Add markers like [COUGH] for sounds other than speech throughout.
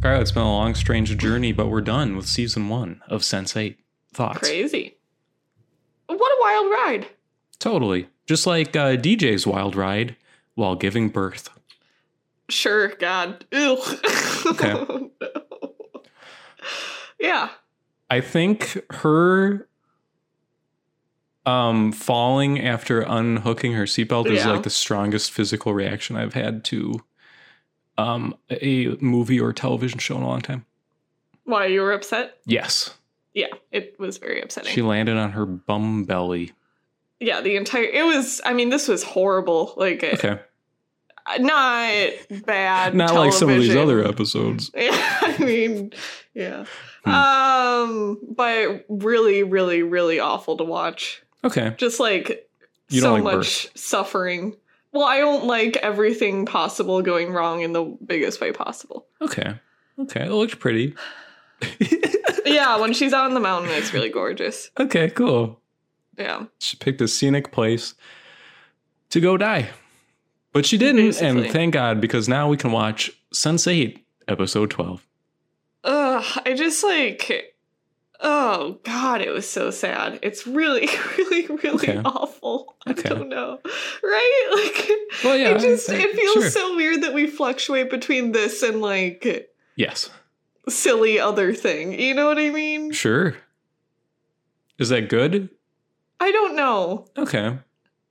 Kyle, it's been a long, strange journey, but we're done with season one of Sense Eight. Thoughts? Crazy. What a wild ride. Totally. Just like uh, DJ's wild ride while giving birth. Sure, God. Ugh. Oh, no. [LAUGHS] Yeah. I think her um falling after unhooking her seatbelt is Yeah. like the strongest physical reaction I've had to um a movie or television show in a long time. Why you were upset? Yes. Yeah, it was very upsetting. She landed on her bum belly. yeah, the entire it was. I mean, this was horrible. Like, it- Okay. not bad. Not like some of these television. other episodes. [LAUGHS] Yeah, I mean, yeah. Hmm. Um, but really, really, really awful to watch. Okay. Just like You so don't like much suffering. Well, I don't like everything possible going wrong in the biggest way possible. Okay. Okay. It looked pretty. yeah, when she's out on the mountain, it's really gorgeous. Okay, cool. Yeah. She picked a scenic place to go die. But she didn't, Basically. and thank God, because now we can watch Sense 8, episode 12. Ugh, I just like oh god, it was so sad. It's really, [LAUGHS] really, really Okay. awful. Okay. I don't know. Right? [LAUGHS] Like Well, yeah. it just I- I- it feels sure. so weird that we fluctuate between this and like Yes, silly other thing. You know what I mean? sure. Is that good? I don't know. Okay.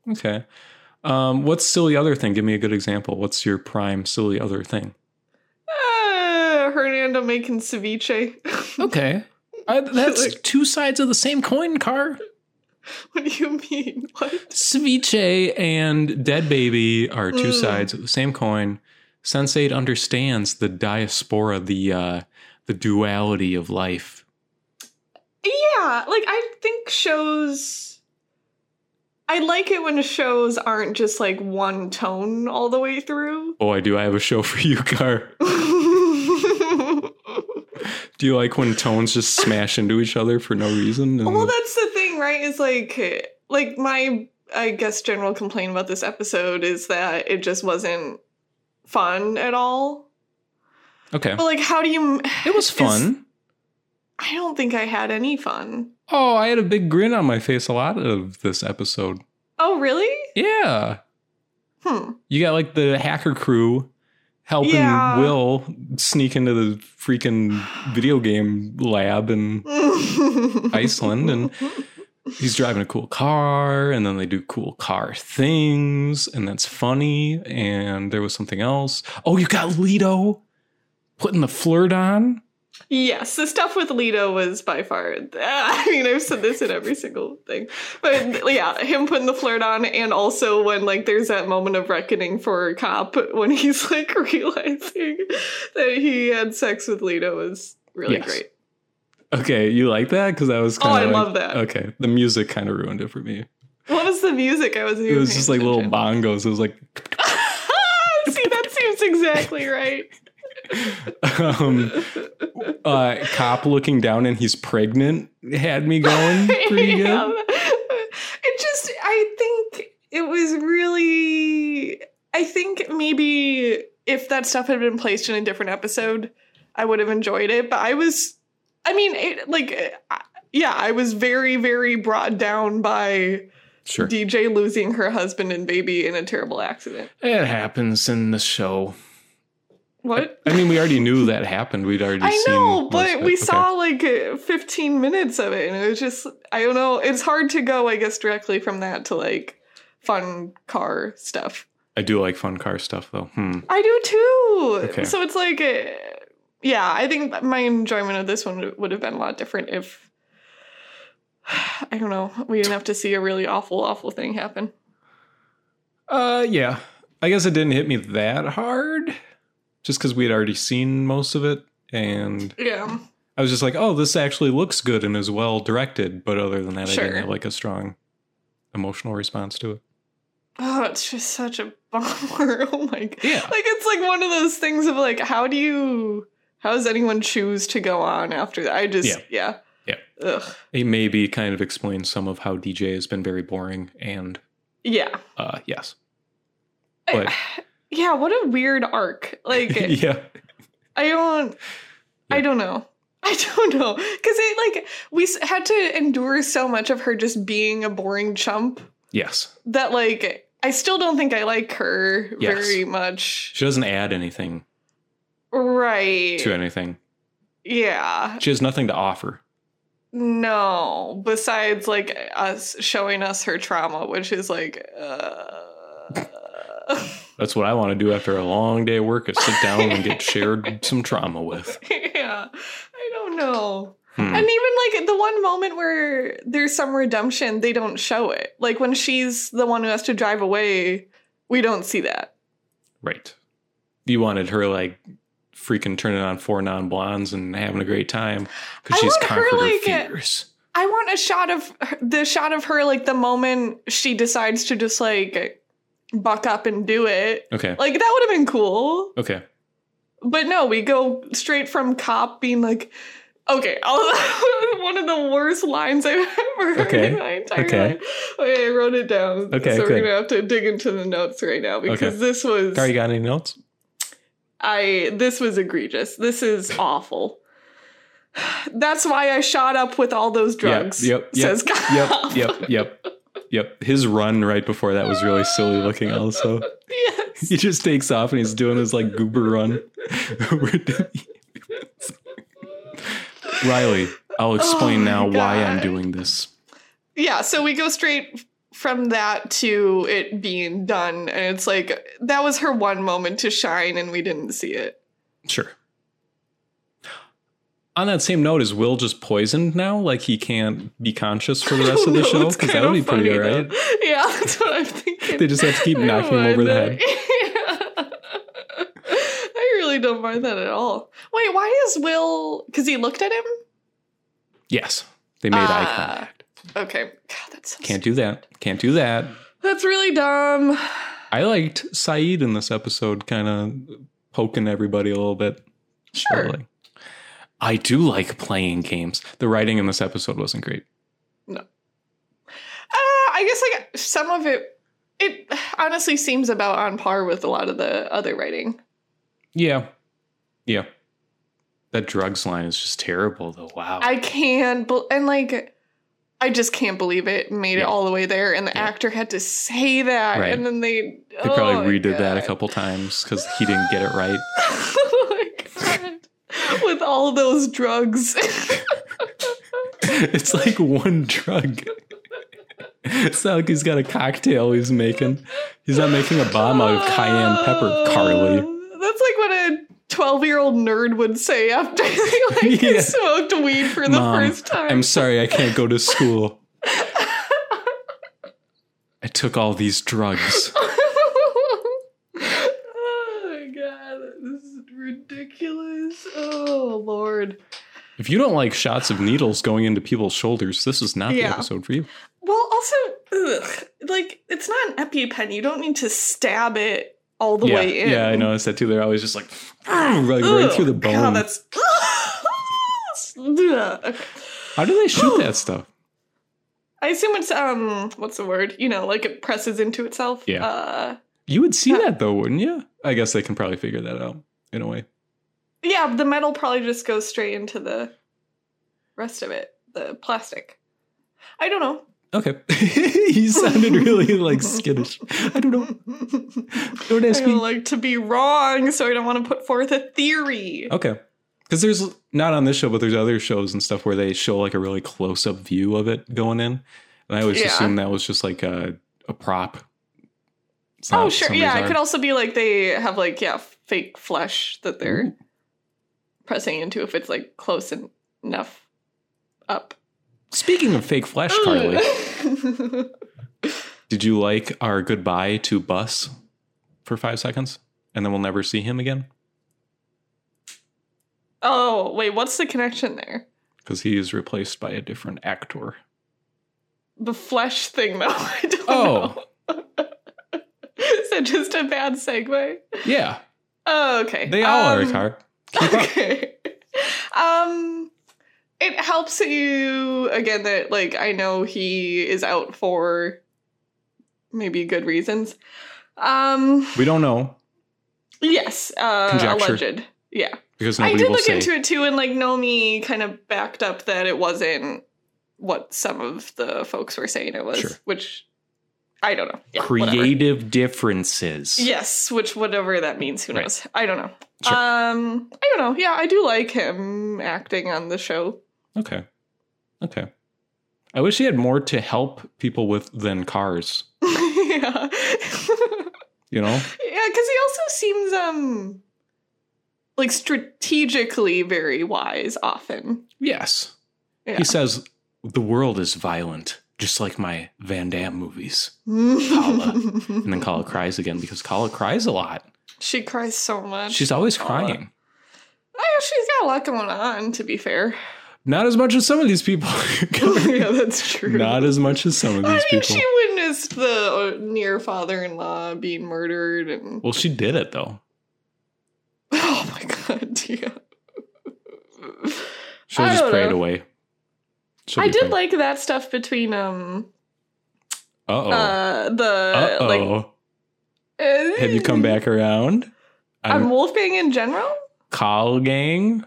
Okay. Um, what's silly other thing? Give me a good example. What's your prime silly other thing? Uh, Hernando making ceviche. [LAUGHS] Okay. I, that's Like- two sides of the same coin, Car. [LAUGHS] what do you mean? What? Ceviche and Dead Baby are two Mm. sides of the same coin. Sensate understands the diaspora, the uh, the duality of life. Yeah, like I think shows. I like it when shows aren't just like one tone all the way through. [LAUGHS] Boy, do I have a show for you, Car. well, Do you like when tones just smash into each other for no reason? And- that's the thing, right? Is like, like my I guess general complaint about this episode is that it just wasn't fun at all. okay. But like, how do you? [SIGHS] It was fun. I don't think I had any fun. Oh, I had a big grin on my face a lot of this episode. Oh, really? Yeah. Hmm. [LAUGHS] You got like the hacker crew helping Yeah. Will sneak into the freaking video game lab and Iceland [LAUGHS] and- he's driving a cool car and then they do cool car things and that's funny and there was something else oh you got Lido putting the flirt on Yes, the stuff with Leto was by far. [LAUGHS] I mean, I've said this in every single thing, but yeah, him putting the flirt on, and also when like there's that moment of reckoning for a cop when he's [LAUGHS] like realizing that he had sex with Leto was really Yes. great. okay you like that because I was Oh, kind I of love that. okay the music kind of ruined it for me What was the music? I wasn't. it even was paying just like little [LAUGHS] attention. [LAUGHS] bongos it was like See, that seems exactly [LAUGHS] right. um uh cop looking down and he's pregnant had me [LAUGHS] going pretty Yeah. good It just, I think it was really. I think maybe if that stuff had been placed in a different episode, I would have enjoyed it. But I was, I mean, it, like, I- yeah, I was very, very brought down by sure DJ losing her husband and baby in a terrible accident. it happens in the show What? I mean, we already knew that happened. We'd already I seen. know, most of but it. we Okay. saw like uh, 15 minutes of it, and it was just, I don't know, it's hard to go, I guess, directly from that to like fun car stuff. I do like fun car stuff, though. Hmm. I do too. Okay. So it's like, uh, yeah, I think my enjoyment of this one would have been a lot different if, I don't know, we didn't have to see a really awful, awful thing happen. Uh, yeah. I guess it didn't hit me that hard, just because we had already seen most of it, and Yeah. I was just like, "Oh, this actually looks good and is well directed." But other than that, I Sure. didn't have like a strong emotional response to it. Oh, it's just such a bummer. [LAUGHS] Oh my god. Yeah. Like it's like one of those things of like how do you how does anyone choose to go on after that? I just yeah. Yeah. Ugh. It maybe kind of explains some of how DJ has been very boring, and Yeah. uh, yes, [LAUGHS] I- yeah, what a weird arc. [LAUGHS] Like yeah, I don't. I Yeah. don't know. I don't know because it like we s- had to endure so much of her just being a boring chump Yes. that like I still don't think I like her Yes. very much. She doesn't add anything Right. to anything. Yeah. She has nothing to offer. No. Besides like us showing us her trauma, which is like uh [LAUGHS] That's what I want to do after a long day of work is sit down and [LAUGHS] get shared some trauma with. Yeah. I don't know. Hmm. And even like the one moment where there's some redemption, they don't show it. Like when she's the one who has to drive away, we don't see that. Right. You wanted her like freaking turning on four non blondes and having a great time I because she's want her, conquered her, like, a- fears. I want a shot of her, the shot of her like the moment she decides to just like buck up and do it. Okay. Like that would have been cool. Okay. But no, we go straight from cop being like, okay, [LAUGHS] i one of the worst lines I've ever heard Okay, in my entire okay. life. Okay, I wrote it down. Okay, so we're good. gonna have to dig into the notes right now because Okay. this was Car, you got any notes? I this was egregious. This is awful. That's why I shot up with all those drugs. Yep. Yep. says yep. [LAUGHS] cop. Yep. Yep. Yep. His run right before that was really silly looking, also. [LAUGHS] Yes. He just takes off and he's doing his like goober run. [LAUGHS] Riley, I'll explain Oh my now why God. I'm doing this. yeah so we go straight from that to it being done and it's like that was her one moment to shine and we didn't see it Sure. On that same note, is Will just poisoned now? Like he can't be conscious for the rest [LAUGHS] of the No, show? it's Because kind that would be of pretty funny, alright. though. yeah [LAUGHS] that's what i'm thinking They just have to keep I don't knocking him over mind the head. that. Yeah. [LAUGHS] i really don't mind that at all wait why is will because he looked at him Yes, they made eye Ah. contact. okay god that's so Can't do that. Can't do that. that's really dumb I liked Saeed in this episode, kind of poking everybody a little bit. Sure. Slowly. I do like playing games. The writing in this episode wasn't great. Uh, I guess like some of it, it honestly seems about on par with a lot of the other writing. Yeah. Yeah. That drugs line is just terrible, though. Wow. I can, bel and like, I just can't believe it made it Yeah. all the way there, and the Yeah. actor had to say that, Right. and then they They probably redid that a couple times because he didn't get it right. oh my god, [LAUGHS] with all those drugs. [LAUGHS] It's like one drug. It's not like he's got a cocktail he's making. He's not making a bomb out of cayenne pepper, Carly. [LAUGHS] That's like what a twelve-year-old nerd would say after [LAUGHS] they [LAUGHS] like Yeah. smoked weed for the Mom, first time. [LAUGHS] I'm sorry I can't go to school. I took all these drugs. oh my god, this is ridiculous. Oh lord. If you don't like shots of needles going into people's shoulders, this is not Yeah. the episode for you. Well, also, ugh, like it's not an EpiPen. You don't need to stab it all the yeah, way in. yeah, I noticed that too. They're always just like, like right Ugh, through the God, bone. that's. [LAUGHS] Ugh, okay. How do they shoot that stuff? I assume it's um, what's the word? You know, like it presses into itself. Yeah. Uh, You would see Yeah. that though, wouldn't you? I guess they can probably figure that out in a way. yeah. The metal probably just goes straight into the rest of it, the plastic. I don't know. [LAUGHS] Okay. [LAUGHS] he sounded really like skittish. I don't know. Don't I ask me. don't like to be wrong, so I don't want to put forth a theory. okay. Because there's not on this show, but there's other shows and stuff where they show like a really close up view of it going in. And I always Yeah. assumed that was just like a, a prop. It's Oh, not sure. somebody's Yeah, it arm. could also be like they have like yeah fake flesh that they're pressing into if it's like close en- enough up. Speaking of fake flesh, Carly, did you like our goodbye to Bus for five seconds? And then we'll never see him again? [LAUGHS] oh wait, what's the connection there? Because he is replaced by a different actor. The flesh thing though. [LAUGHS] I don't Oh. know. [LAUGHS] Is that just a bad segue? Yeah. Oh, okay. They all are, Um, Car. okay. [LAUGHS] Um, it helps that you again that like I know he is out for maybe good reasons. Um, We don't know. yes, uh, Conjecture. alleged. Yeah, because I nobody did will look say. into it too, and like Nomi kind of backed up that it wasn't what some of the folks were saying it was, Sure. which I don't know. Yeah, whatever. creative differences. Yes, which whatever that means, who Right. knows? I don't know. Sure. Um, I don't know. Yeah, I do like him acting on the show. [LAUGHS] Okay. Okay. I wish he had more to help people with than cars. yeah, yeah, because You [LAUGHS] know, he also seems um like strategically very wise often. Yes. Yeah. [LAUGHS] He says the world is violent, just like my Van Damme movies. And then Kala cries again because Kala cries a lot. she cries so much. She's always Kala. crying. Oh, she's got a lot going on. To [LAUGHS] be fair, [LAUGHS] Not as much as some of these people. [LAUGHS] yeah, that's true. Not as much as some of I these mean, people. she witnessed the uh, near father-in-law being murdered, and Well, she did it though. oh my god, [LAUGHS] dear. She'll I just don't pray it know. away. She'll I be did fine. like that stuff between um Uh uh oh. the Uh oh. like uh, Have you come back around? on I'm Wolfgang in general? Kyle gang.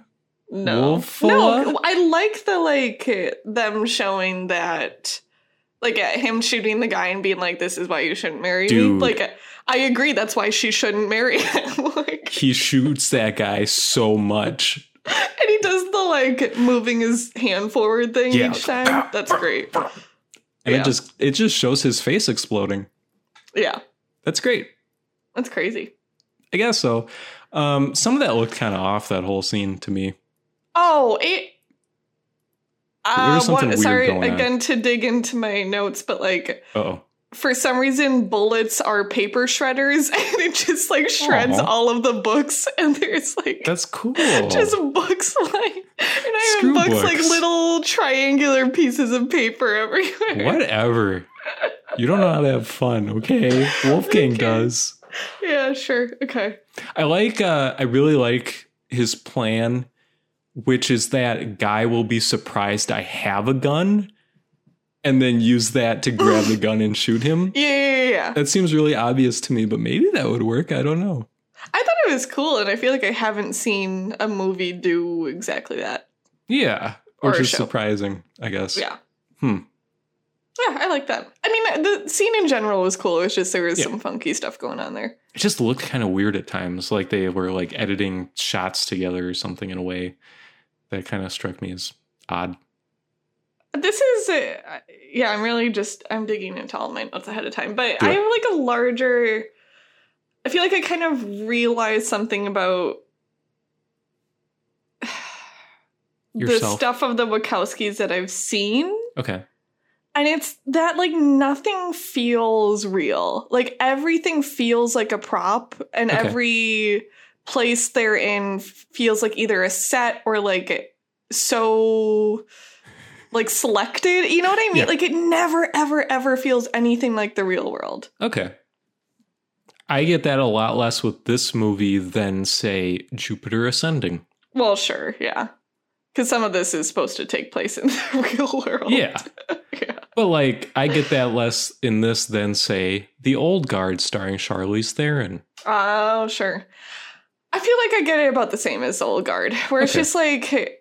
No, Wolfula? no. I like the like them showing that, like at him shooting the guy and being like, "This is why you shouldn't marry Dude. me." Like, I agree. That's why she shouldn't marry [LAUGHS] him. like, He shoots that guy so much. and he does the like moving his hand forward thing Yeah. each time. That's great. And Yeah. it just it just shows his face exploding. Yeah, That's great. that's crazy. I guess so. Um, some of that looked kind of off that whole scene to me. Oh, it. Uh, was something what, weird sorry going on. again to dig into my notes, but like Oh, for some reason bullets are paper shredders [LAUGHS] and it just like shreds Aw. all of the books and there's like that's cool. [LAUGHS] just books [LAUGHS] like and I Screw have books, like books. little triangular pieces of paper [LAUGHS] everywhere. Whatever. You don't know how to have fun, okay? Wolfgang Okay. does. Yeah, sure. Okay. I like. Uh, I really like his plan, which is that guy will be surprised I have a gun, and then use that to grab [LAUGHS] the gun and shoot him. Yeah, yeah, yeah, yeah. That seems really obvious to me, but maybe that would work. I don't know. I thought it was cool and I feel like I haven't seen a movie do exactly that. Yeah, Or which a is show. surprising, I guess. Yeah. Hmm. Yeah, I like that. I mean, the scene in general was cool. It was just there was Yeah. some funky stuff going on there. it just looked kind of weird at times like they were like editing shots together or something in a way that kind of struck me as odd This is, uh, yeah, I'm really just, I'm digging into all my notes ahead of time, but Do I it. have like a larger, I feel like I kind of realized something about [SIGHS] the Yourself. stuff of the Wachowskis that I've seen. okay And it's that like nothing feels real. Like everything feels like a prop, and Okay. every place they're in feels like either a set or like so like selected. You know what I mean? Yeah. Like it never, ever, ever feels anything like the real world. okay i get that a lot less with this movie than say jupiter ascending Well, sure, yeah. Because some of this is supposed to take place in the [LAUGHS] real world. yeah Yeah. but like i get that less in this than say the old guard starring charlize theron Oh, sure. I feel like I get it about the same as the old guard, where it's Okay. just like,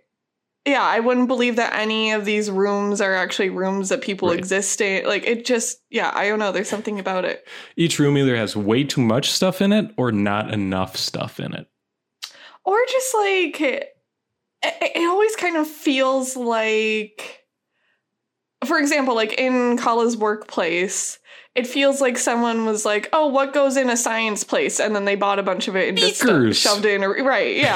yeah, I wouldn't believe that any of these rooms are actually rooms that people Right. exist in. Like, it just, yeah, I don't know. There's something about it. each room either has way too much stuff in it or not enough stuff in it Or just like, it, it always kind of feels like, for example, like in Kala's workplace, it feels like someone was like, oh, what goes in a science place? And then they bought a bunch of it and Beakers. just stuff- shoved it in. A, [LAUGHS] right. Yeah.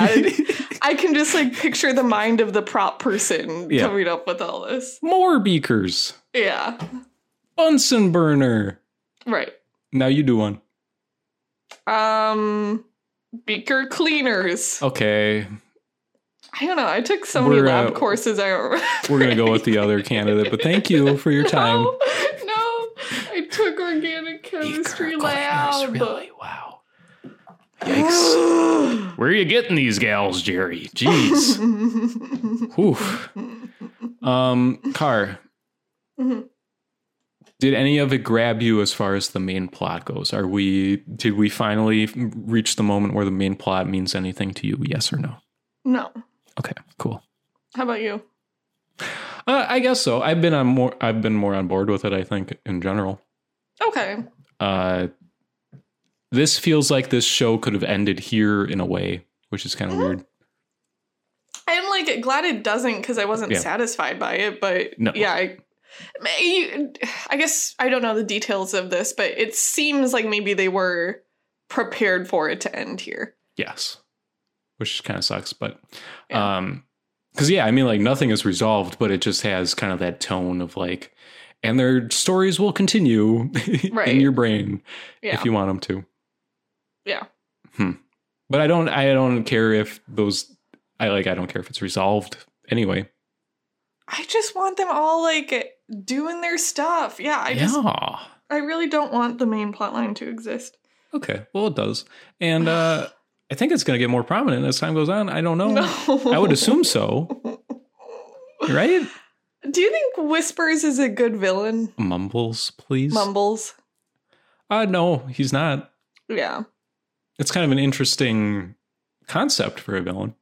I can just like picture the mind of the prop person Yeah. coming up with all this. more beakers Yeah. bunsen burner Right. now you do one Um beaker cleaners. Okay, I don't know. I took so many Oh. We're, lab uh, courses I don't remember. [LAUGHS] we're gonna go with [LAUGHS] the other candidate, but thank you for your time. No, no. I took organic chemistry lab. [GASPS] Wow. Yikes. Where are you getting these gals, Jerry? [LAUGHS] Jeez. Oof. Um, Car, Mhm. did any of it grab you as far as the main plot goes? Are we did we finally reach the moment where the main plot means anything to you? Yes or no? [LAUGHS] No. Okay, cool. How about you? Uh, I guess so. I've been on more. I've been more on board with it. I think in general. Okay. Uh, this feels like this show could have ended here in a way, which is kind of Mhm. weird. I'm like glad it doesn't because I wasn't Yeah. satisfied by it, but No. yeah, I, ma- you- I guess I don't know the details of this, but it seems like maybe they were prepared for it to end here. Yes, which kind of sucks, but Yeah. um, because yeah, I mean, like nothing is resolved, but it just has kind of that tone of like, and their stories will continue [LAUGHS] Right. in your brain Yeah, if you want them to. Yeah. Hmm. But I don't. I don't care if those. I like. I don't care if it's resolved anyway. I just want them all like doing their stuff. Yeah, I just yeah. I really don't want the main plot line to exist. Okay. Well, it does, and uh, I think it's going to get more prominent as time goes on. I don't [LAUGHS] know. I would assume so, right? Do you think Whispers is a good villain? Mumbles, please. Mumbles. Uh, no, he's not. Yeah. It's kind of an interesting concept for a villain.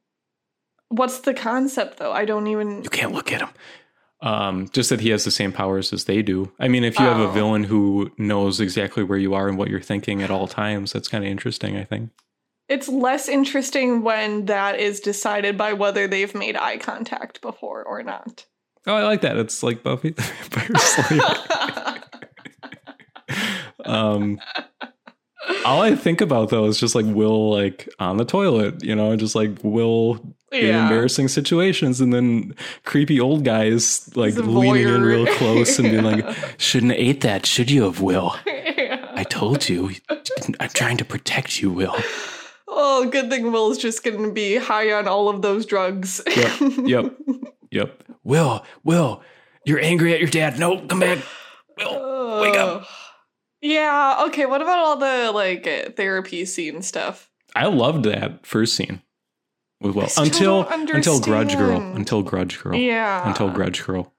What's the concept though? I don't even. You can't look at him. Um, just that he has the same powers as they do. I mean, if you have Oh. a villain who knows exactly where you are and what you're thinking at all times, that's kind of interesting, I think. It's less interesting when that is decided by whether they've made eye contact before [LAUGHS] or not. Oh, I like that. It's like Buffy the Vampire [LAUGHS] Slayer. [LAUGHS] um, all I think about though is just like Will, like on the toilet, you know, just like Will in yeah. embarrassing situations, and then creepy old guys like He's a leaning in voyeur. real close and being [LAUGHS] Yeah. like, "Shouldn't have ate that, should you have, Will? Yeah. I told you. I'm trying to protect you, Will." Oh, good thing Will's just going to be high on all of those drugs. [LAUGHS] Yep, yep. Yep. Will, Will, you're angry at your dad. No, come back. Will. wake up. Ugh. Yeah. Okay. What about all the like uh, therapy scene stuff? I loved that first scene with Will I still until don't until Grudge Girl understand. until Grudge Girl. Yeah. until Grudge Girl.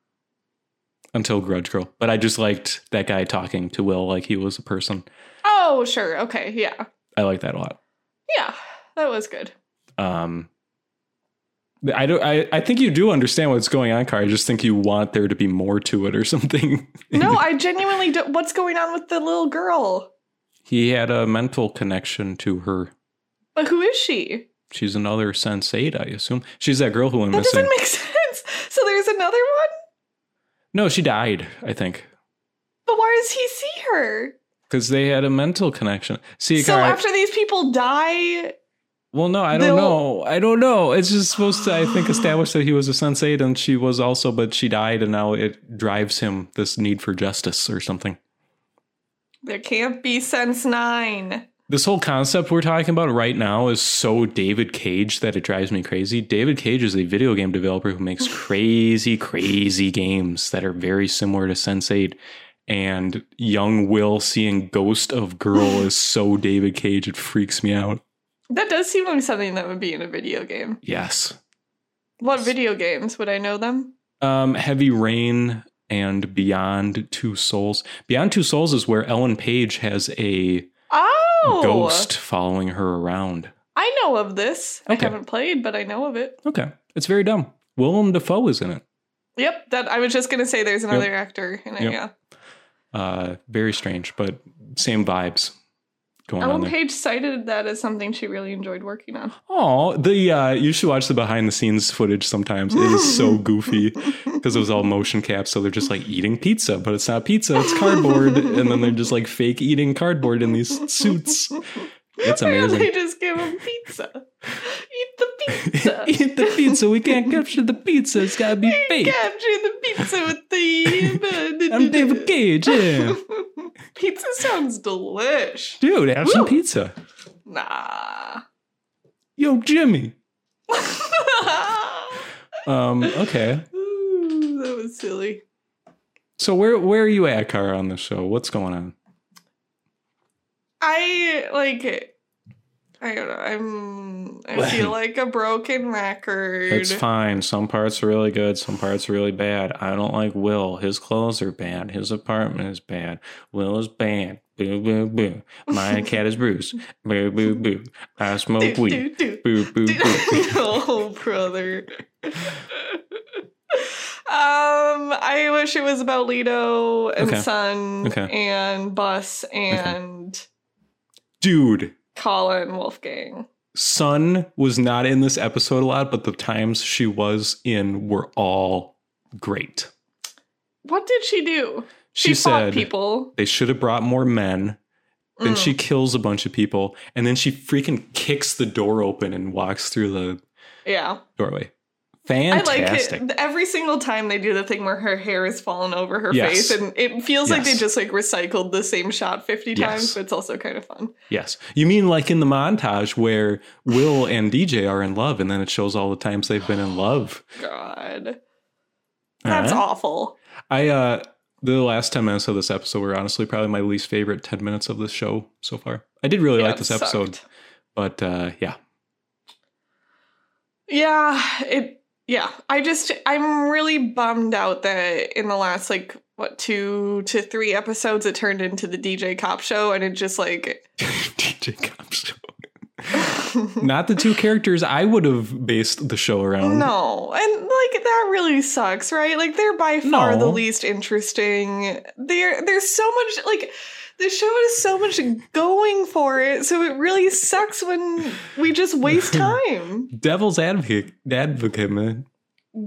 Until Grudge Girl. But I just liked that guy talking to Will like he was a person. Oh, sure. Okay. Yeah. I like that a lot. Yeah. That was good. Um I don't I, I think you do understand what's going on, Car. I just think you want there to be more to it or [LAUGHS] something. No, [LAUGHS] I genuinely don't. What's going on with the little girl? he had a mental connection to her. But who is she? She's another sense eight, I assume. She's that girl who went That missing. doesn't make [LAUGHS] sense. So there's another one? no, she died, I think. But why does he see her? Because they had a mental connection. See, so Kara, after these people die. Well, no, I don't They'll- know. I don't know. It's just supposed to, I think, establish that he was a sensei, and she was also, but she died, and now it drives him this need for justice or something. There can't be sense nine. This whole concept we're talking about right now is so David Cage that it drives me crazy. David Cage is a video game developer who [LAUGHS] makes crazy, crazy games that are very similar to Sense8. And young Will seeing Ghost of [LAUGHS] Girl is so David Cage, it freaks me out. That does seem like something that would be in a video game. Yes. What video games? Would I know them? um, Heavy Rain and Beyond Two Souls. Beyond Two Souls is where Ellen Page has a Oh! ghost following her around. I know of this. Okay. I haven't played, but I know of it. Okay, it's very dumb. Willem Dafoe is in it. Yep, that I was just gonna say there's another actor in it, Yep. yeah. Uh, very strange, but same vibes going on Ellen there. Page cited that as something she really enjoyed working on. Oh, the uh, you should watch the behind the scenes footage sometimes. It is so goofy because it was all motion caps, so they're just like eating pizza, but it's not pizza, it's cardboard, and then they're just like fake eating cardboard in these suits. [LAUGHS] It's Why don't amazing. They just give him pizza. [LAUGHS] Eat the pizza. Eat the pizza. We can't capture the pizza. It's gotta be fake. Capture the pizza with the. [LAUGHS] I'm David Cage. Yeah. [LAUGHS] Pizza sounds delish. Dude, have some Woo. pizza. Nah. [LAUGHS] Yo, Jimmy. Um, okay. Ooh, that was silly. So where where are you at, Kara, on this show? What's going on? I like. I don't know. I'm. I feel like a broken record. It's fine. Some parts are really good, some parts are really bad. I don't like Will. His clothes are bad. His apartment is bad. Will is bad. Boo, boo, boo. [LAUGHS] My cat is Bruce. Boo, boo, boo. I smoke weed. do, Boo, boo, Dude, boo. [LAUGHS] no, brother. um, I wish it was about Leto and Okay. Son Okay. and Bus and Dude, Colin Wolfgang. Sun was not in this episode a lot, but the times she was in were all great. What did she do? She, fought said people. they should have brought more men. Then Mm. she kills a bunch of people, and then she freaking kicks the door open and walks through the Yeah, doorway. I Fantastic. like it. Every single time they do the thing where her hair is falling over her Yes. face, and it feels like they Yes. just like recycled the same shot fifty Yes. times, but it's also kind of fun. Yes. You mean like in the montage where Will and DJ are in love, and then it shows all the times they've been in love. God, [GASPS] that's Huh? awful. I uh the last 10 minutes of this episode were honestly probably my least favorite 10 minutes of this show so far. I did really Yeah, like it this sucked. episode, but uh yeah. [LAUGHS] Yeah, it yeah. I just I'm really bummed out that in the last like what two to three episodes it turned into the DJ cop show and it just like DJ Cop [LAUGHS] Show. Not the two characters I would have based the show around. no. And like that really sucks, right? Like they're by far the No. least interesting. There there's so much like the show has so much going for it, so it really sucks when we [LAUGHS] just waste time. Devil's advocate, advocate, man.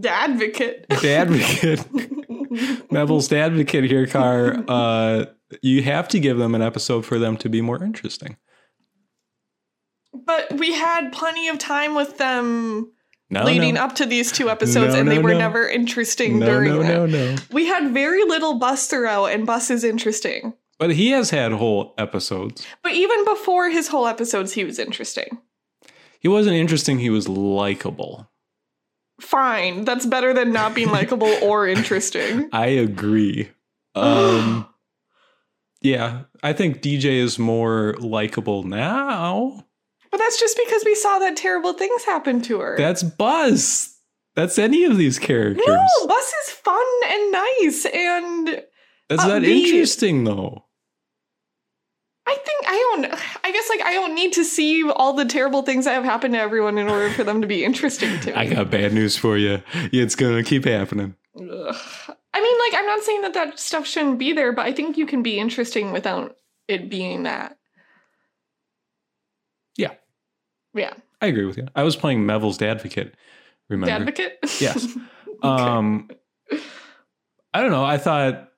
Advocate. [LAUGHS] Advocate. Neville's advocate here, Car. Uh, you have to give them an episode for them to be more interesting. But we had plenty of time with them No, leading no. up to these two episodes, No, and no, they were no. never interesting No, during no, that. no, no. We had very little Bus throughout, and Bus is interesting. But he has had whole episodes. But even before his whole episodes, he was interesting. He wasn't interesting. He was likable. Fine, that's better than not being [LAUGHS] likable or interesting. I [GASPS] agree. Um, yeah, I think DJ is more likable now. But that's just because we saw that terrible things happen to her. That's Buzz. That's any of these characters. no, Bus is fun and nice, and That's not upbeat. interesting though. I think I don't. I guess like I don't need to see all the terrible things that have happened to everyone in order for them to be interesting to me. [LAUGHS] I got bad news for you. It's gonna keep happening. Ugh. I mean, like, I'm not saying that that stuff shouldn't be there, but I think you can be interesting without it being that. Yeah. Yeah. I agree with you. I was playing Mevel's advocate. Remember? Advocate? [LAUGHS] Yes. [LAUGHS] Um, I don't know. I thought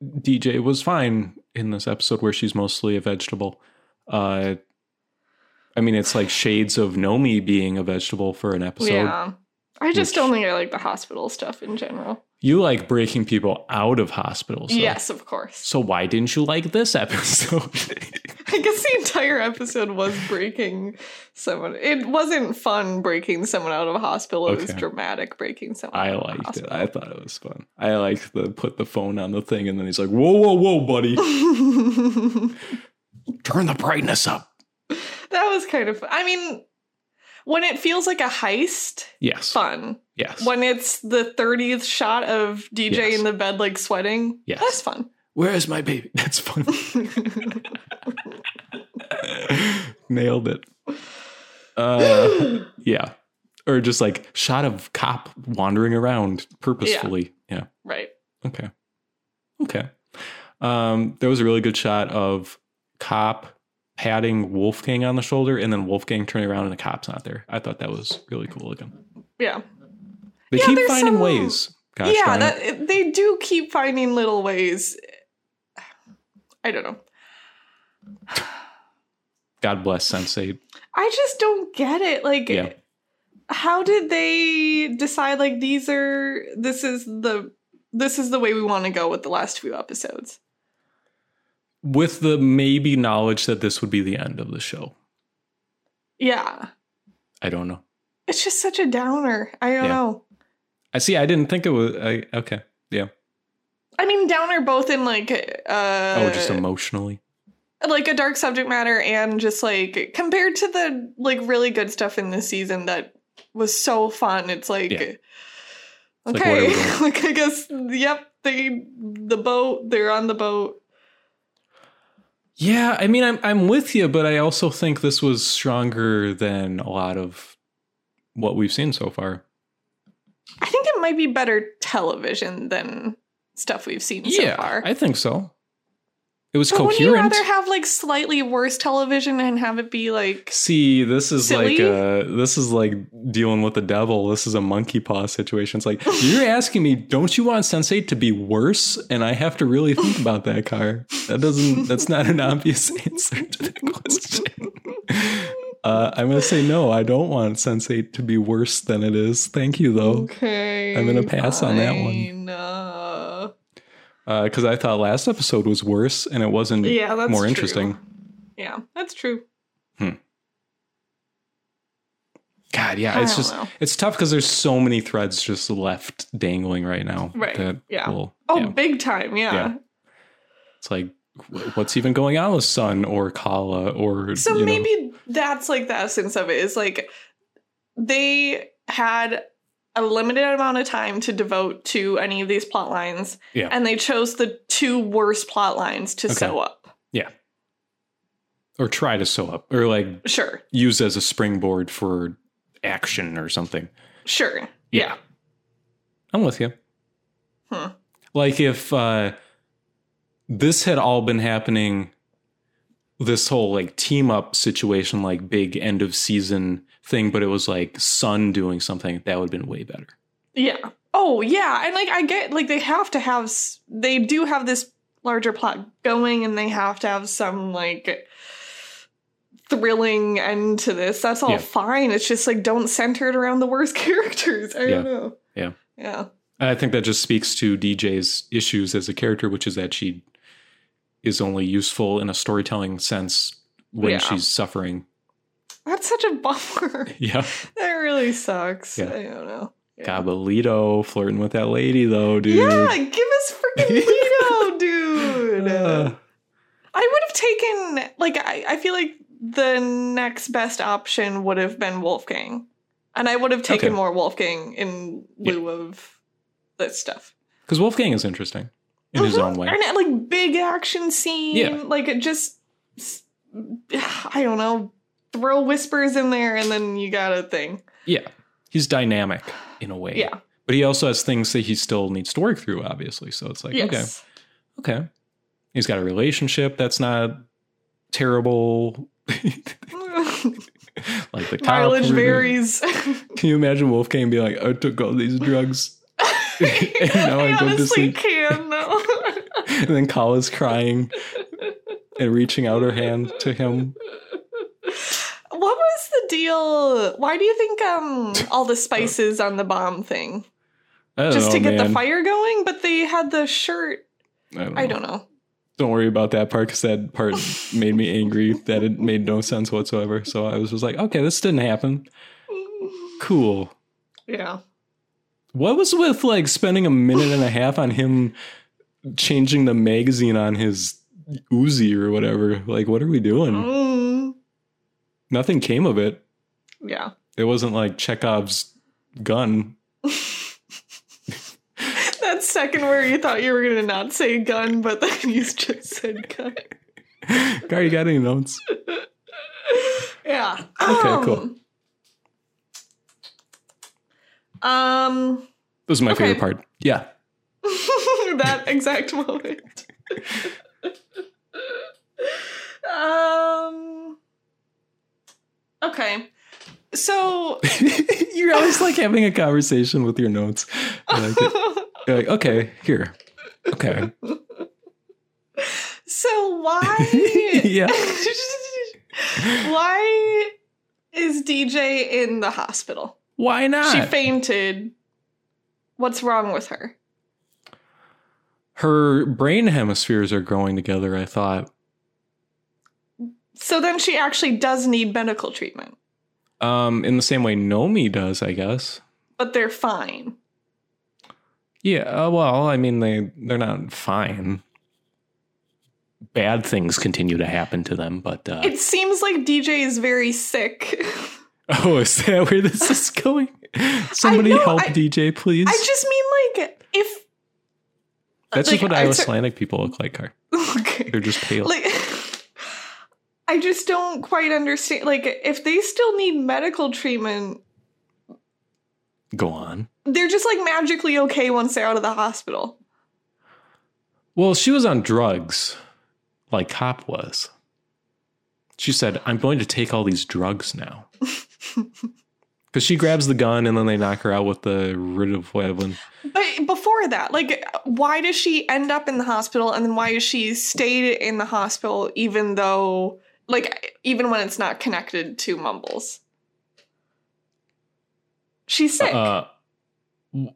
DJ was fine in this episode where she's mostly a vegetable. Uh, I mean, it's like shades of Nomi being a vegetable for an episode. yeah. I just Which- don't think I like the hospital stuff in general. You like breaking people out of hospitals. though. Yes, of course. So why didn't you like this episode? [LAUGHS] I guess the entire episode was breaking someone. It wasn't fun breaking someone out of a hospital. It was Okay. dramatic breaking someone. I out of a liked it. hospital. I thought it was fun. I liked the put the phone on the thing and then he's like, "Whoa, whoa, whoa, buddy, turn the brightness up." [LAUGHS] that was kind of. I mean, when it feels like a heist, Yes. fun. Yes. when it's the 30th shot of DJ Yes. in the bed, like sweating. Yes. That's fun. [LAUGHS] Where is my baby? [LAUGHS] That's fun. Nailed it. [GASPS] Uh, yeah. Or just like shot of cop wandering around purposefully. Yeah. right. Okay. Okay. Um, there was a really good shot of cop patting Wolfgang on the shoulder and then Wolfgang turning around and the cop's not there. I thought that was really cool looking. Yeah. They Yeah, keep there's finding some- ways. Gosh yeah, darn it. that, they do keep finding little ways. I don't know. God bless Sensei. I just don't get it. Like, Yeah. how did they decide, like, these are, this is the, this is the way we want to go with the last few episodes? With the maybe knowledge that this would be the end of the show. Yeah. I don't know. It's just such a downer. I don't Yeah. know. I see. I didn't think it was. I, okay. Yeah. I mean, downer both in like uh oh, just emotionally. like a dark subject matter and just like compared to the like really good stuff in this season that was so fun it's like Yeah. like, what are okay we [LAUGHS] like, doing? i guess yep they the boat they're on the boat Yeah, I mean, I'm I'm with you, but I also think this was stronger than a lot of what we've seen so far. I think it might be better television than stuff we've seen yeah, so far. I think so. It was but coherent. wouldn't you rather have like slightly worse television and have it be like See, this is Silly? like uh this is like dealing with the devil. This is a monkey paw situation. It's like you're asking me, don't you want Sensei to be worse? And I have to really think about that car. That doesn't. That's not an obvious [LAUGHS] answer to that question. Uh, I'm gonna say no. I don't want Sensei to be worse than it is. Thank you though, Mm. okay. I'm gonna pass on that one. fine, uh, because I thought last episode was worse and it wasn't yeah, that's more true. interesting. Yeah, that's true. God, yeah, I it's don't just know. it's tough because there's so many threads just left dangling right now. Right, that yeah. will- Oh, yeah. big time. Yeah. Yeah. It's like, wh- what's even going on with Sun or Kala or So you know- maybe that's like the essence of it is like they had a limited amount of time to devote to any of these plot lines. Yeah. And they chose the two worst plot lines to Okay. sew up. or try to sew up or like Sure. use as a springboard for action or something. Sure. Yeah. I'm with you. Hmm. Like if uh, this had all been happening, this whole like team up situation, like big end of season thing, but it was like Sun doing something that would have been way better. Yeah. Yeah. Oh, yeah. And like I get like they have to have s- they do have this larger plot going and they have to have some like thrilling end to this. That's all Yeah. fine. It's just like don't center it around the worst [LAUGHS] characters. I Yeah. don't know. Yeah. Yeah. And I think that just speaks to DJ's issues as a character, which is that she is only useful in a storytelling sense when Yeah. she's suffering. [LAUGHS] That's such a bummer. [LAUGHS] Yeah. that really sucks. Yeah. I don't know. Yeah. Gabalito flirting with that lady though, dude. Yeah, give us freaking [LAUGHS] Lito, dude. Uh, I would have taken like I, I feel like the next best option would have been Wolfgang. And I would have taken Okay. more Wolfgang in lieu of this stuff. Because Wolfgang is interesting in his Mhm. own [LAUGHS] way. And like big action scene. Yeah. Like it just s- I don't know. Throw whispers in there and then you got a thing. Yeah. He's dynamic in a way. Yeah. But he also has things that he still needs to work through, obviously. So it's like, yes. okay, okay. He's got a relationship that's not terrible. [LAUGHS] [LAUGHS] like the Mileage cop- varies. [LAUGHS] Can you imagine Wolfgang being like, I took all these drugs? And now I [LAUGHS] I go to honestly sleep. can though. [LAUGHS] and then Kala's crying and reaching out her hand to him. what was the deal? Why do you think um [LAUGHS] all the spices on the bomb thing? I don't Just know, to get the man. Mm. fire going, but they had the shirt. I don't, I know. don't know. Don't worry about that part because that part made me angry that it made no sense whatsoever. So I was just like, okay, this didn't happen. Cool. Yeah. What was with like spending a minute and a half on him changing the magazine on his Uzi or whatever? Like, what are we doing? Mm. Nothing came of it. Yeah. It wasn't like Chekhov's gun. That second where you thought you were gonna not say gun, but then [LAUGHS] you just said gun. [LAUGHS] Gar, you got any notes? yeah. Okay, Um, cool. Um, This is my Okay. favorite part. Yeah. [LAUGHS] [LAUGHS] that exact moment. um. Okay. So. You're always like having a conversation with your notes. I like it. You're like, okay, here. Okay. [LAUGHS] [LAUGHS] so why? [LAUGHS] Yeah. [LAUGHS] why is DJ in the hospital? Why not? She fainted. What's wrong with her? Her brain hemispheres are growing together, I thought. So then she actually does need medical treatment, Um, in the same way Nomi does, I guess. but they're fine. Yeah, uh, well, I mean they they're not fine. Bad things continue to happen to them, but uh, It seems like DJ is very sick. [LAUGHS] [LAUGHS] oh, is that where this is going? Somebody know, help I- DJ, please. I just mean like if That's just like, what I- Icelandic people look like. Are okay, they're just pale? like I just don't quite understand. Like, if they still need medical treatment, Go on. they're just like magically okay once they're out of the hospital. Well, she was on drugs, like Cop was. She said, I'm going to take all these drugs [LAUGHS] now. Because she grabs the gun and then they knock her out with the ridavitlin. But before that, like, why does she end up in the hospital and then why is she stayed in the hospital even though, like, even when it's not connected to Mumbles? She's sick. Uh, w-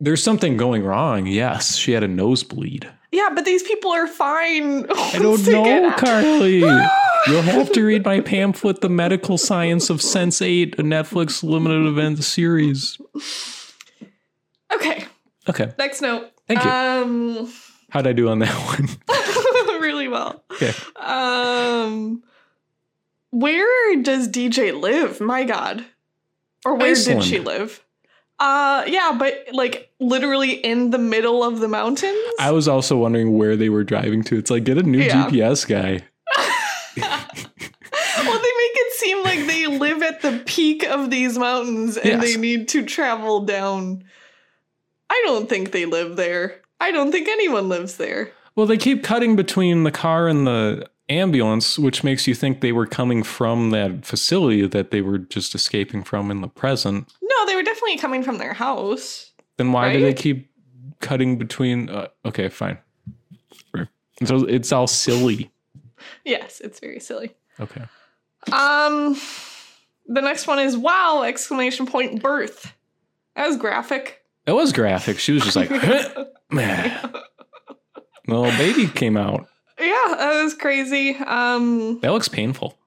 there's something going wrong. Yes, she had a [LAUGHS] nosebleed. yeah, but these people are fine. [LAUGHS] I don't know, Carly. You'll have to read my pamphlet, The Medical Science of Sense 8, a Netflix limited event series. Okay, Okay. next note. Thank you. Um, [LAUGHS] How'd I do on that [LAUGHS] one? really well. Okay. Um, where does DJ live? My God, or where Iceland. did she live? Uh, yeah, but like literally in the middle of the mountains. I was also wondering where they were driving to. It's like, get a new Yeah. GPS guy. [LAUGHS] well, they make it seem like they live at the peak of these mountains and Yes. they need to travel down. I don't think they live there. I don't think anyone lives there. Well, they keep cutting between the car and the ambulance, which makes you think they were coming from that facility that they were just escaping from in the present. No, they were definitely coming from their house. Then why do they Right? keep cutting between? Uh, okay, fine. Sure. So it's all silly. Yes, it's very silly. Okay. Um, the next one is wow! Exclamation point birth. That was graphic. That was graphic. She was just [LAUGHS] like, yeah, man. Well, baby came out. that was crazy. Um, That looks painful.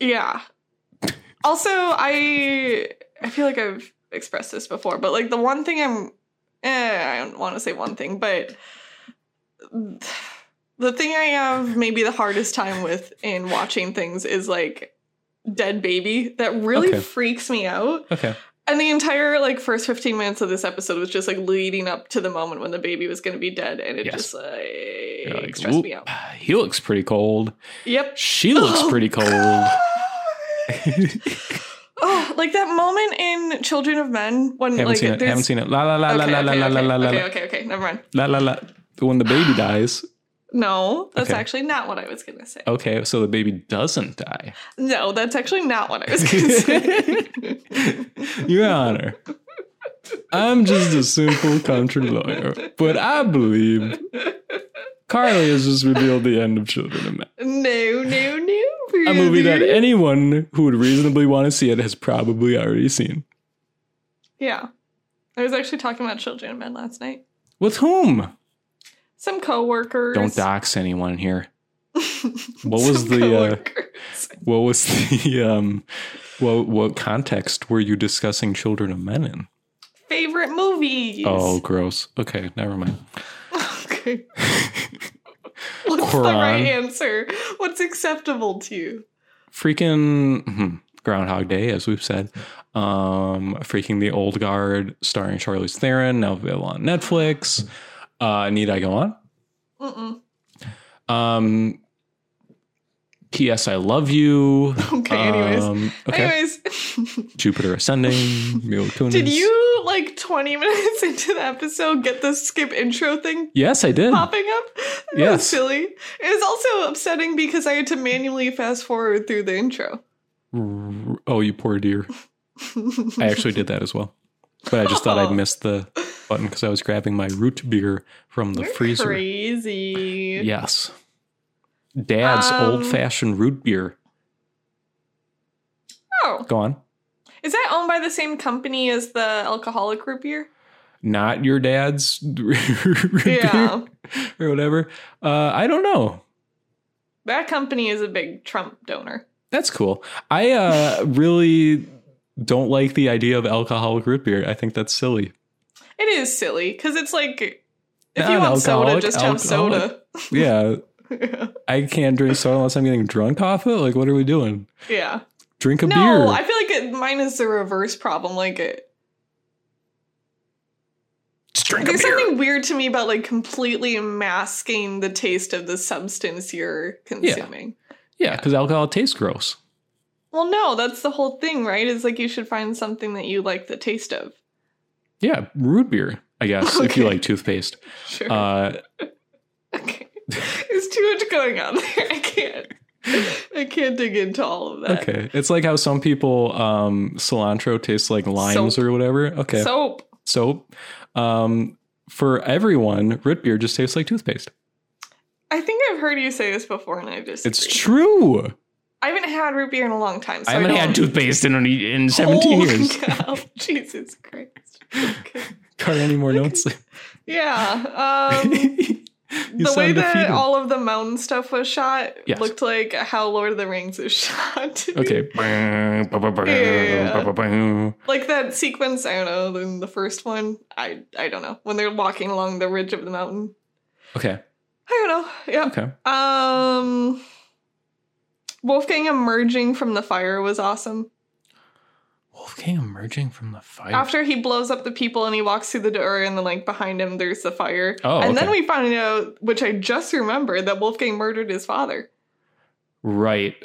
yeah. Also, I I feel like I've expressed this before, but like the one thing I'm eh, I don't want to say one thing, but the thing I have maybe the hardest time with in watching things is like dead baby that really Okay. freaks me out. Okay. And the entire like first 15 minutes of this episode was just like leading up to the moment when the baby was going to be dead and it Yes. just like, You're like, stressed me "Oop, out. He looks pretty cold. Yep. She looks Oh, pretty [LAUGHS] cold. oh, like that moment in Children of Men when Haven't like seen it. there's Haven't seen it. La la la la okay, la la okay, la la okay, la la okay, la okay, okay, never mind. la la la. When the baby dies. No, that's Okay. Oh. actually not what I was going to say. Okay, so the baby doesn't die. No, that's actually not what [LAUGHS] I was going to say. Your Honor, I'm just a simple country lawyer, but I believe Carly has just revealed the end of Children of Men, no, no, no. a movie that e- brother. anyone who would reasonably want to see it has probably already seen. Yeah. I was actually talking about Children of Men last night. With whom? Some coworkers. Don't [LAUGHS] dox anyone here. What was Some the uh, coworkers. what was the [LAUGHS] um what what context were you discussing Children of Men in? favorite movies? Oh, gross. Okay, never mind. [LAUGHS] [LAUGHS] okay. What's the Quran. right answer? What's acceptable to you? freaking hmm, Groundhog Day, as we've said. Um, freaking the Old Guard, starring Charlize Theron, now available on Netflix. Uh, need I go on? Mm-mm. Um, P.S. I love you. Okay. Anyways. Um, okay. [LAUGHS] Anyways, Jupiter Ascending. Mila Kunis. did you like 20 [LAUGHS] minutes into the episode get the skip intro [LAUGHS] thing Yes, I did. popping up? That was Yes. silly. It was also upsetting because I had to manually fast forward through the intro. R- Oh, you poor dear. I [LAUGHS] actually did that as well, but I just thought I Oh. missed the button because I was grabbing my root beer from the You're freezer. Crazy. Yes. Dad's Um, old fashioned root beer. Oh, Go on. is that owned by the same company as the alcoholic root beer? Not your dad's [LAUGHS] root Yeah. beer or whatever. Uh, I don't know. That company is a big Trump donor. That's cool. I uh, really don't like the idea of alcoholic root beer. I think that's silly. It is silly because it's like if you want soda, Non-alcoholic, just have soda. alcoholic. Yeah. I can't drink soda unless I'm getting drunk off it. Like, what are we doing? [LAUGHS] yeah. Drink a no, beer. uh, I feel like it, mine is the reverse problem. Like it, Just drink a There's beer. something weird to me about like completely masking the taste of the substance you're consuming. yeah, because alcohol tastes gross. Well, no, that's the whole thing, right? Is like you should find something that you like the taste of. [LAUGHS] Yeah, root beer, I guess, if you Okay. like [LAUGHS] toothpaste. Sure. Uh, [LAUGHS] okay. There's too much going on there. I can't. I can't dig into all of that. okay. It's like how some people um, cilantro tastes like limes Soap. or whatever. Okay. Soap. soap. Um, for everyone, root beer just tastes like toothpaste. I think I've heard you say this before, and I just It's true. I haven't had root beer in a long time. So I haven't don't- had toothpaste in in 17 Holy [LAUGHS] [LAUGHS] years. cow. Jesus Christ. Okay. Got any more notes? Yeah. Um, [LAUGHS] You the way sound that defeated. all of the mountain stuff was shot Yes. looked like how Lord of the Rings is [LAUGHS] shot. to me. okay. Yeah. Like that sequence, I don't know, in the first one, I I don't know. When they're walking along the ridge of the mountain. Okay. I don't know. Yeah. Okay. Um Wolfgang emerging from the fire was awesome. Wolfgang emerging from the fire. After he blows up the people and he walks through the door and then like behind him there's the fire. Oh, and then okay. we find out, which I just remembered, that Wolfgang murdered his father. right.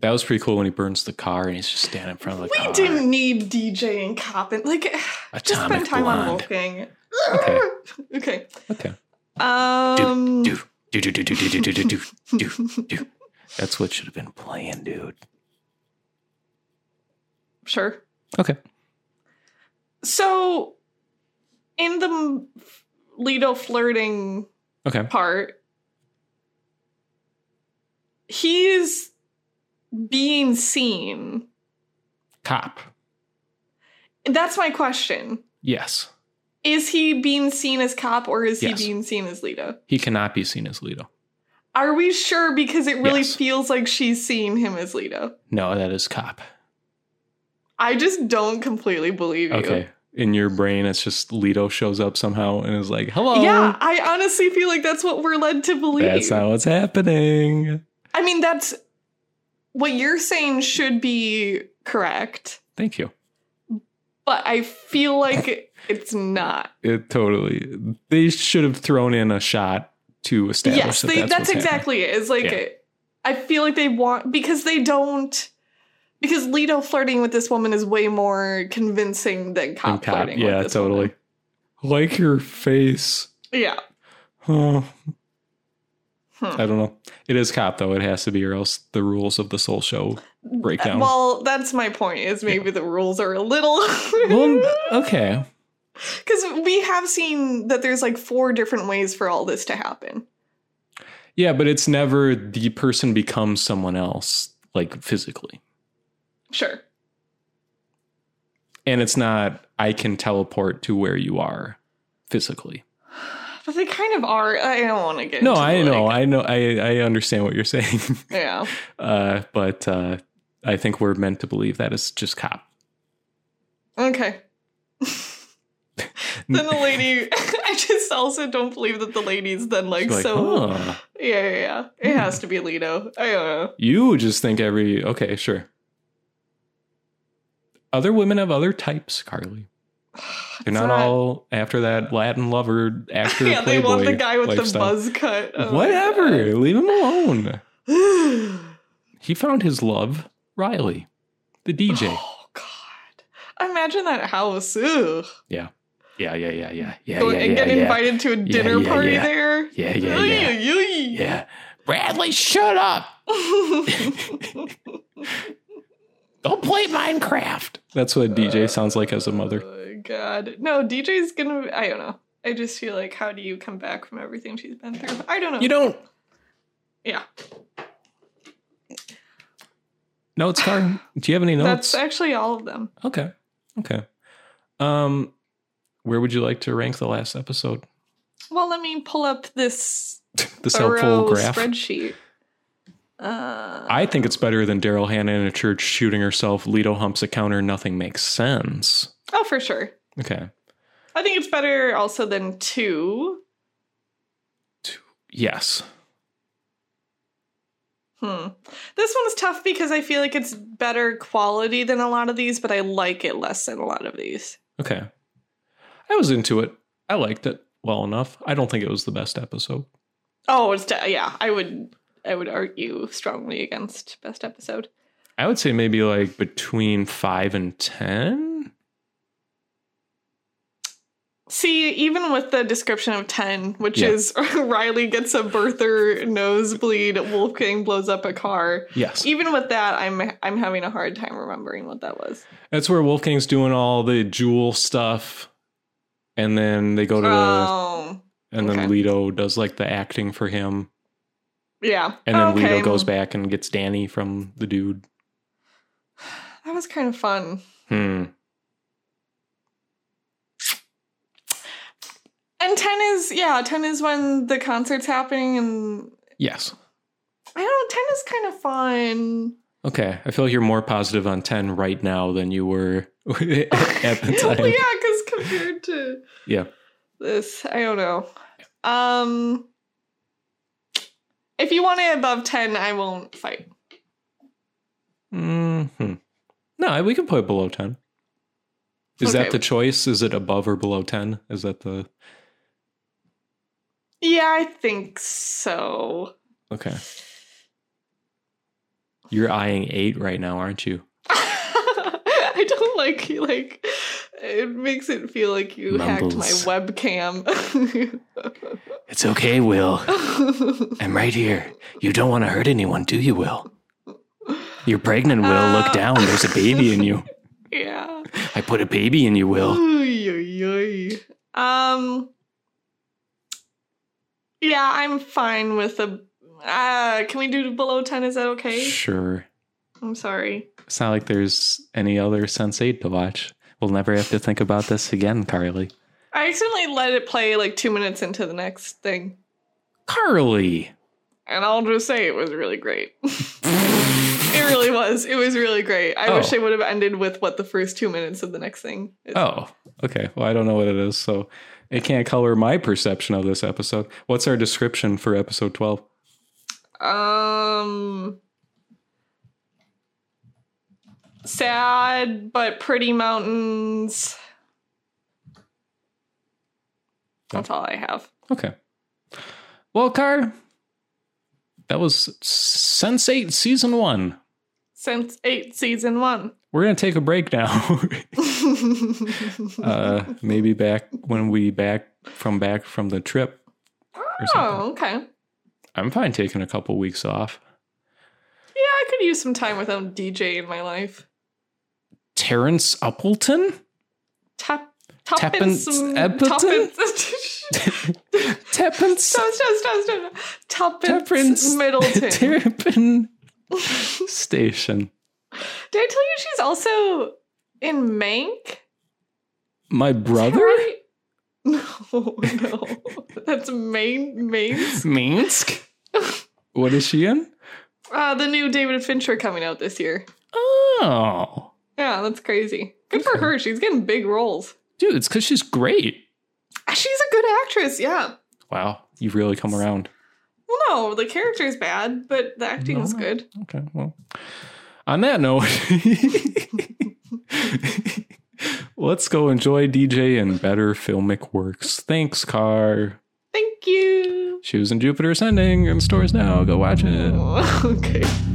That was pretty cool when he burns the car and he's just standing in front of the we car. didn't need DJ and Cop and like just Atomic spend time on Blonde. Wolfgang. Okay. [LAUGHS] okay. Okay. Um do, Do, do, do, do, do, do, do, do, do. That's what should have been playing, dude. [LAUGHS] sure. Okay. So in the m- Leto flirting Okay. part, he's being seen. Cop. That's my question. Yes. Is he being seen as cop or is Yes. he being seen as Leto? He cannot be seen as Leto. Are we sure? Because it really Yes. feels like she's seeing him as Leto. No, that is cop. I just don't completely believe you. Okay. In your brain, it's just Leto shows up somehow and is like, hello. Yeah, I honestly feel like that's what we're led to believe. That's not what's happening. I mean, that's what you're saying should be correct, Thank you. but I [LAUGHS] feel like it's not. It totally. They should have thrown in a shot to establish yes, that they, that's, that's, what's happening. exactly it. It's like Yeah. I feel like they want because they don't because Leto flirting with this woman is way more convincing than And cop, cop, flirting. with yeah, this totally. woman. Like your face. Yeah. Oh, Hmm. I don't know. It is cop though. It has to be, or else the rules of the soul show break down. Uh, Well, that's my point. Is maybe the rules are a little. [LAUGHS] Well, okay. Because we have seen that there's like four different ways for all this to happen. Yeah, but it's never the person becomes someone else, like physically. Sure. And it's not I can teleport to where you are physically. But they kind of are. I don't want to get No, into, I know, like- I know, I I understand what you're [LAUGHS] saying, yeah. uh, but uh, I think we're meant to believe that it's just cop. [LAUGHS] Okay. then the lady. [LAUGHS] I just also don't believe that the lady's then like, She's like, so. huh, Hmm. Yeah, yeah, yeah. It has to be Leto. I uh, don't know. you just think every okay, sure. Other women have other types, Carly. They're It's not, all after that Latin lover actor. [LAUGHS] Yeah, they want the playboy guy with lifestyle. the buzz cut. Oh my Whatever, leave him alone. God. [GASPS] He found his love, Riley, the [SIGHS] DJ. Oh God! Imagine that house. Ugh. yeah, yeah, yeah, yeah, yeah, Go yeah, and yeah, get yeah, invited to a dinner yeah, party yeah. there. yeah, yeah, yeah, Oy, oy, oy. yeah. Bradley, shut up! [LAUGHS] [LAUGHS] Don't play Minecraft. That's what DJ sounds like as a mother. Oh, God, no, DJ's gonna. I don't know. I just feel like, how do you come back from everything she's been through? I don't know. You don't. [LAUGHS] yeah, Notes, Car. Do you have any notes? that's actually all of them. okay. Okay. Um, where would you like to rank the last episode? [LAUGHS] Well, let me pull up this This helpful thorough graph. spreadsheet. Uh, I think it's better than Daryl Hannah in a church shooting herself. Leto humps a counter. Nothing makes sense. oh, for sure. Okay. I think it's better also than two. Yes. Hmm. This one's tough because I feel like it's better quality than a lot of these, but I like it less than a lot of these. Okay. I was into it. I liked it well enough. I don't think it was the best episode. Oh, it's de- yeah. I would I would argue strongly against best episode. I would say maybe like between five and ten. See, even with the description of ten, which Yeah. is [LAUGHS] Riley gets a birther nosebleed, Wolfgang blows up a car. Yes, Even with that, I'm I'm having a hard time remembering what that was. that's where Wolfgang's doing all the jewel stuff, and then they go to Oh, the, and okay. then Leto does like the acting for him, yeah. and then okay. Leto goes back and gets Danny from the dude. That was kind of fun. Hmm. And ten is yeah, ten is when the concert's happening, and Yes. I don't. Ten is kind of fun. Okay, I feel like you're more positive on ten right now than you were [LAUGHS] [LAUGHS] at the Well, time. [LAUGHS] yeah, because compared to Yeah. this, I don't know. Um, if you want it above ten, I won't fight. hmm No, we can put it below 10. Is Okay. that the choice? Is it above or below 10? Is that the. Yeah, I think so. [LAUGHS] Okay. You're eyeing eight right now, aren't you? I don't like you. Like it makes it feel like you Mumbles. hacked my webcam. It's okay, Will. I'm right here. You don't want to hurt anyone, do you, Will? You're pregnant, Will. Uh. Look down. There's a baby in you. [LAUGHS] yeah. I put a baby in you, Will. Oy, oy, oy. Um. Yeah, I'm fine with the. Uh, can we do below ten? Is that okay? Sure. I'm sorry. It's not like there's any other sense eight to watch. We'll never have to think about this again, Carly. I accidentally let it play like two minutes into the next thing, Carly! and I'll just say it was really great. [LAUGHS] it really was. It was really great. I wish Oh. they would have ended with what the first two minutes of the next thing. Is. Oh, okay. Well, I don't know what it is, so it can't color my perception of this episode. What's our description for episode 12? Um. Sad but pretty mountains. That's all I have. Okay. Well, Car, that was Sense 8 season 1. Since eight season one. [LAUGHS] We're going to take a break now. [LAUGHS] uh maybe back when we back from back from the trip. oh, okay. Yeah, I'm fine taking a couple weeks off. I could use some time without DJ in my life. Terrence [LAUGHS] Uppleton? Tap. Tappin- Tuppence. some- Appleton? [LAUGHS] Tuppence. Teppence Stop, stop, stop, stop. Tuppence Tuppence. [LAUGHS] Middleton. [LAUGHS] Terrapin Station. Did I tell you she's also in Mank? My brother? Terry- [LAUGHS] No, no. That's main mains. Minsk. what is she in? Uh, the new David Fincher coming out this year. Oh, Yeah, that's crazy. Good for Okay. her. She's getting big roles. Ah, dude, it's because she's great. She's a good actress. Yeah. Wow, you've really come around. Well, no, the character's bad, but the acting was good. Okay, well, on that note, [LAUGHS] let's go enjoy DJ and better filmic works. Thanks, Car. Thank you. She was in Jupiter Ascending in stores now. Go watch it. [LAUGHS] okay.